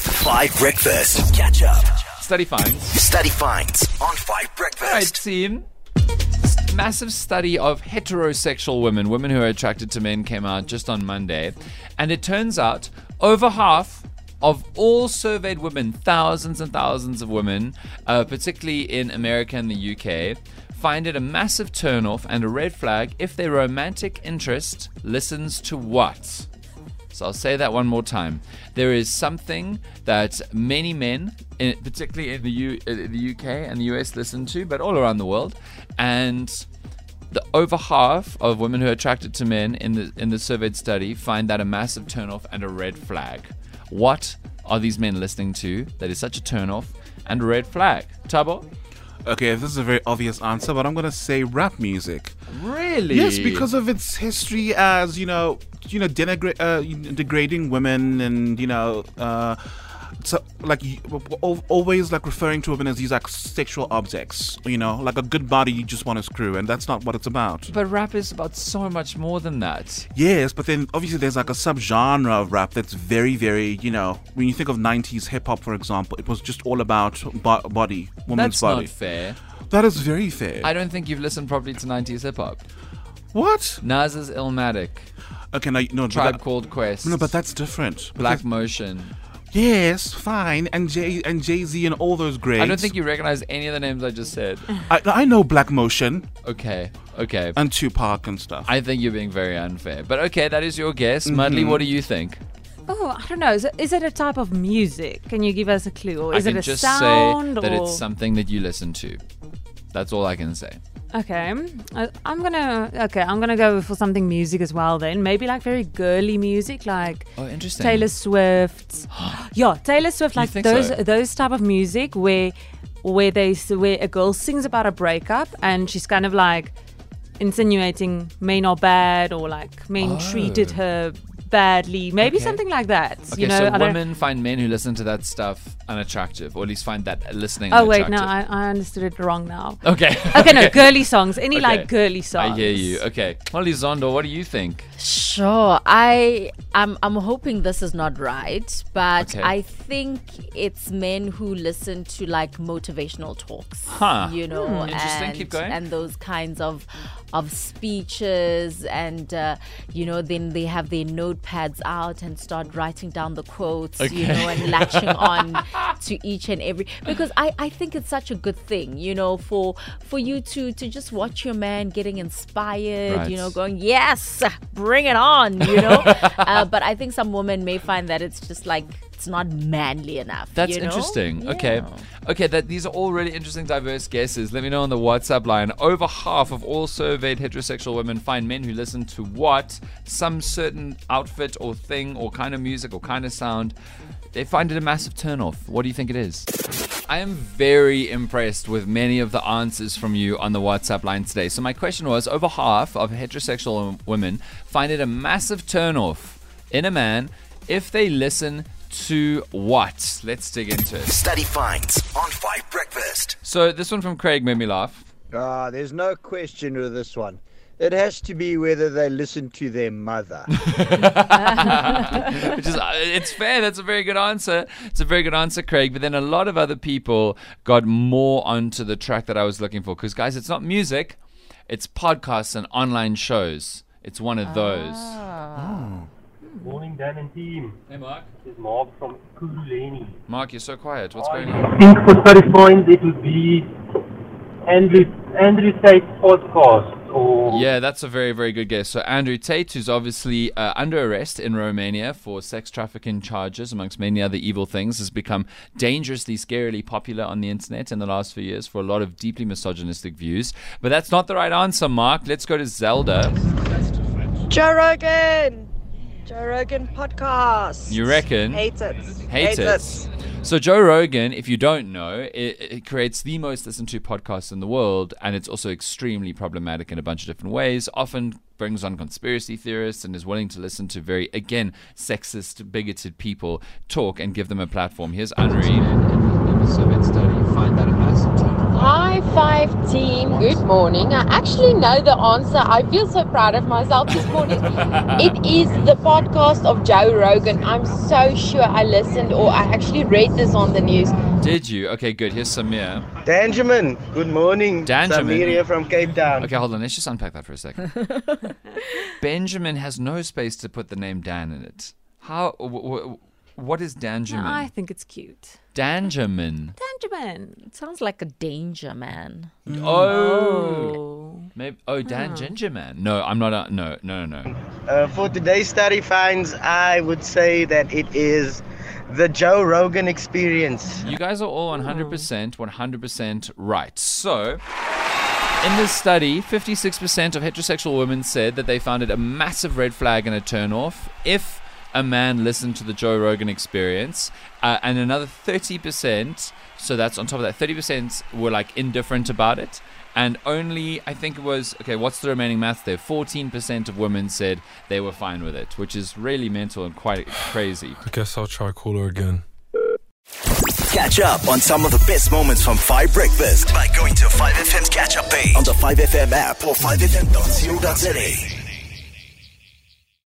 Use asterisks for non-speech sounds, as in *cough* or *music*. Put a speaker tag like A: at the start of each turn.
A: Five Breakfast. Catch up.
B: Study finds.
A: Study finds on Five Breakfast.
B: All right, team. S- Massive study of heterosexual women, women who are attracted to men, came out just on Monday. And it turns out over half of all surveyed women, thousands and thousands of women, uh, particularly in America and the UK, find it a massive turnoff and a red flag if their romantic interest listens to what? So I'll say that one more time. There is something that many men, in, particularly in the, U, uh, the UK and the US, listen to, but all around the world. And the over half of women who are attracted to men in the in the surveyed study find that a massive turnoff and a red flag. What are these men listening to that is such a turnoff and a red flag? Tabo?
C: Okay, this is a very obvious answer, but I'm gonna say rap music.
B: Really?
C: Yes, because of its history as you know, you know, denigra- uh, degrading women, and you know, uh, so like you- al- always like referring to women as these like sexual objects. You know, like a good body you just want to screw, and that's not what it's about.
B: But rap is about so much more than that.
C: Yes, but then obviously there's like a subgenre of rap that's very, very, you know, when you think of 90s hip hop, for example, it was just all about bo- body,
B: That's
C: woman's body.
B: not fair.
C: that is very fair.
B: I don't think you've listened properly to 90s hip hop.
C: what?
B: Nas's Illmatic,
C: Okay, no, no, but
B: Tribe
C: that-
B: Called Quest,
C: No, but that's different. But
B: Black
C: that's-
B: Motion.
C: Yes, fine. And Jay and Jay Z and all those greats.
B: I don't think you recognize any of the names I just
D: *laughs*
B: said.
C: I, I know Black Motion
B: Okay, okay.
C: and Tupac and stuff.
B: I think you're being very unfair. But okay, that is your guess.
C: Mm-hmm.
B: Mudley, what do you think?
D: Oh, I don't know. Is it, is it a type of music? Can you give us a clue? Or is
B: I can
D: it a
B: just
D: sound?
B: say that
D: or...
B: it's something that you listen to. That's all I can say.
D: Okay, I, I'm gonna. Okay, I'm gonna go for something music as well. Then maybe like very girly music, like
B: Oh, interesting. *gasps*
D: Taylor Swift. *gasps* yeah, Taylor Swift,
B: You
D: like
B: think
D: those
B: so?
D: those type of music where where they s- where a girl sings about a breakup and she's kind of like insinuating men are bad or like men
B: Oh.
D: treated her badly. Maybe
B: Okay.
D: something like that.
B: Okay,
D: you know,
B: so
D: I don't-
B: women find men who listen to that stuff unattractive, or at least find that listening
D: Oh wait,
B: unattractive.
D: no, I, I understood it wrong now.
B: *laughs* Okay.
D: Okay, no, girly songs. Any
B: Okay.
D: like girly songs.
B: I hear you. Okay. Molly Zondo, what do you think?
E: Sure. I I'm I'm hoping this is not right, but
B: Okay.
E: I think it's men who listen to like motivational talks.
B: Huh. Hmm,
E: You know,
B: interesting.
E: and
B: Keep going.
E: and those kinds of of speeches and uh, you know, then they have their notepads out and start writing down the quotes, you know,
B: *laughs*
E: and latching on to each and every because I, I think it's such a good thing, you know, for for you to to just watch your man getting inspired, you know,
B: Right.
E: go going, yes, bring it on, you
B: *laughs*
E: know? uh, but I think some women may find that it's just like, it's not manly enough.
B: That's
E: you know?
B: interesting.
E: Yeah.
B: Okay. Okay, that these are all really interesting diverse guesses. Let me know on the WhatsApp line. Over half of all surveyed heterosexual women find men who listen to what? Some certain outfit or thing or kind of music or kind of sound. They find it a massive turnoff. What do you think it is? I am very impressed with many of the answers from you on the WhatsApp line today. So my question was over half of heterosexual women find it a massive turnoff in a man if they listen to what? Let's dig into it.
A: Study finds on Five Breakfast.
B: So this one from Craig made me laugh.
F: Ah, there's no question with this one. It has to be whether they listen to their mother.
B: which is uh, it's fair. That's a very good answer. It's a very good answer, Craig. But then a lot of other people got more onto the track that I was looking for. Because guys, it's not music, it's podcasts and online shows. It's one of those.
G: Morning, Dan and team.
B: Hey, Mark.
G: This is Mark from Kululeni.
B: Mark, you're so quiet. What's going on?
G: I think for study points it would be Andrew Andrew Tate's podcast or
B: Yeah, that's a very, very good guess. So, Andrew Tate, who's obviously uh, under arrest in Romania for sex trafficking charges, amongst many other evil things, has become dangerously, scarily popular on the internet in the last few years for a lot of deeply misogynistic views. But that's not the right answer, Mark. Let's go to Zelda.
H: Joe Rogan. Joe Rogan podcast.
B: You reckon?
H: Hates it. Hates
B: Hates it. So, Joe Rogan, if you don't know, it, it creates the most listened to podcast in the world, and it's also extremely problematic in a bunch of different ways. Often brings on conspiracy theorists and is willing to listen to very, again, sexist, bigoted people talk and give them a platform. Here's Unreal. Survey study find that a massive turn
I: High five team, good morning. I actually know the answer. I feel so proud of myself this morning. it is the podcast of Joe Rogan. I'm so sure I listened or I actually read this on the news.
B: Did you? Okay, good. Here's Samir.
J: Danjamin, good morning.
B: Danjamin.
J: Samir here from Cape Town.
B: Okay, hold on. Let's just unpack that for a second. Benjamin has no space to put the name Dan in it. How? W- w- what is Danjamin?
D: I think it's cute.
B: Danjamin.
D: Benjamin.
E: It sounds like a danger man.
B: Oh. Maybe. Oh, Dan Ginger Man. No, I'm not. A, no, no, no, no.
J: Uh, *laughs* for today's study finds, I would say that it is the Joe Rogan experience.
B: You guys are all 100%, 100% right. So, in this study, 56% of heterosexual women said that they found it a massive red flag and a turnoff if a man listened to the Joe Rogan experience. Uh, and another 30%, so that's on top of that, 30% were like indifferent about it. And only, I think it was, okay, what's the remaining math there? 14% of women said they were fine with it, which is really mental and quite crazy.
K: I guess I'll try call her again.
A: Catch up on some of the best moments from Five Breakfast by going to 5FM's catch up page on the 5FM app or 5FM.co.za.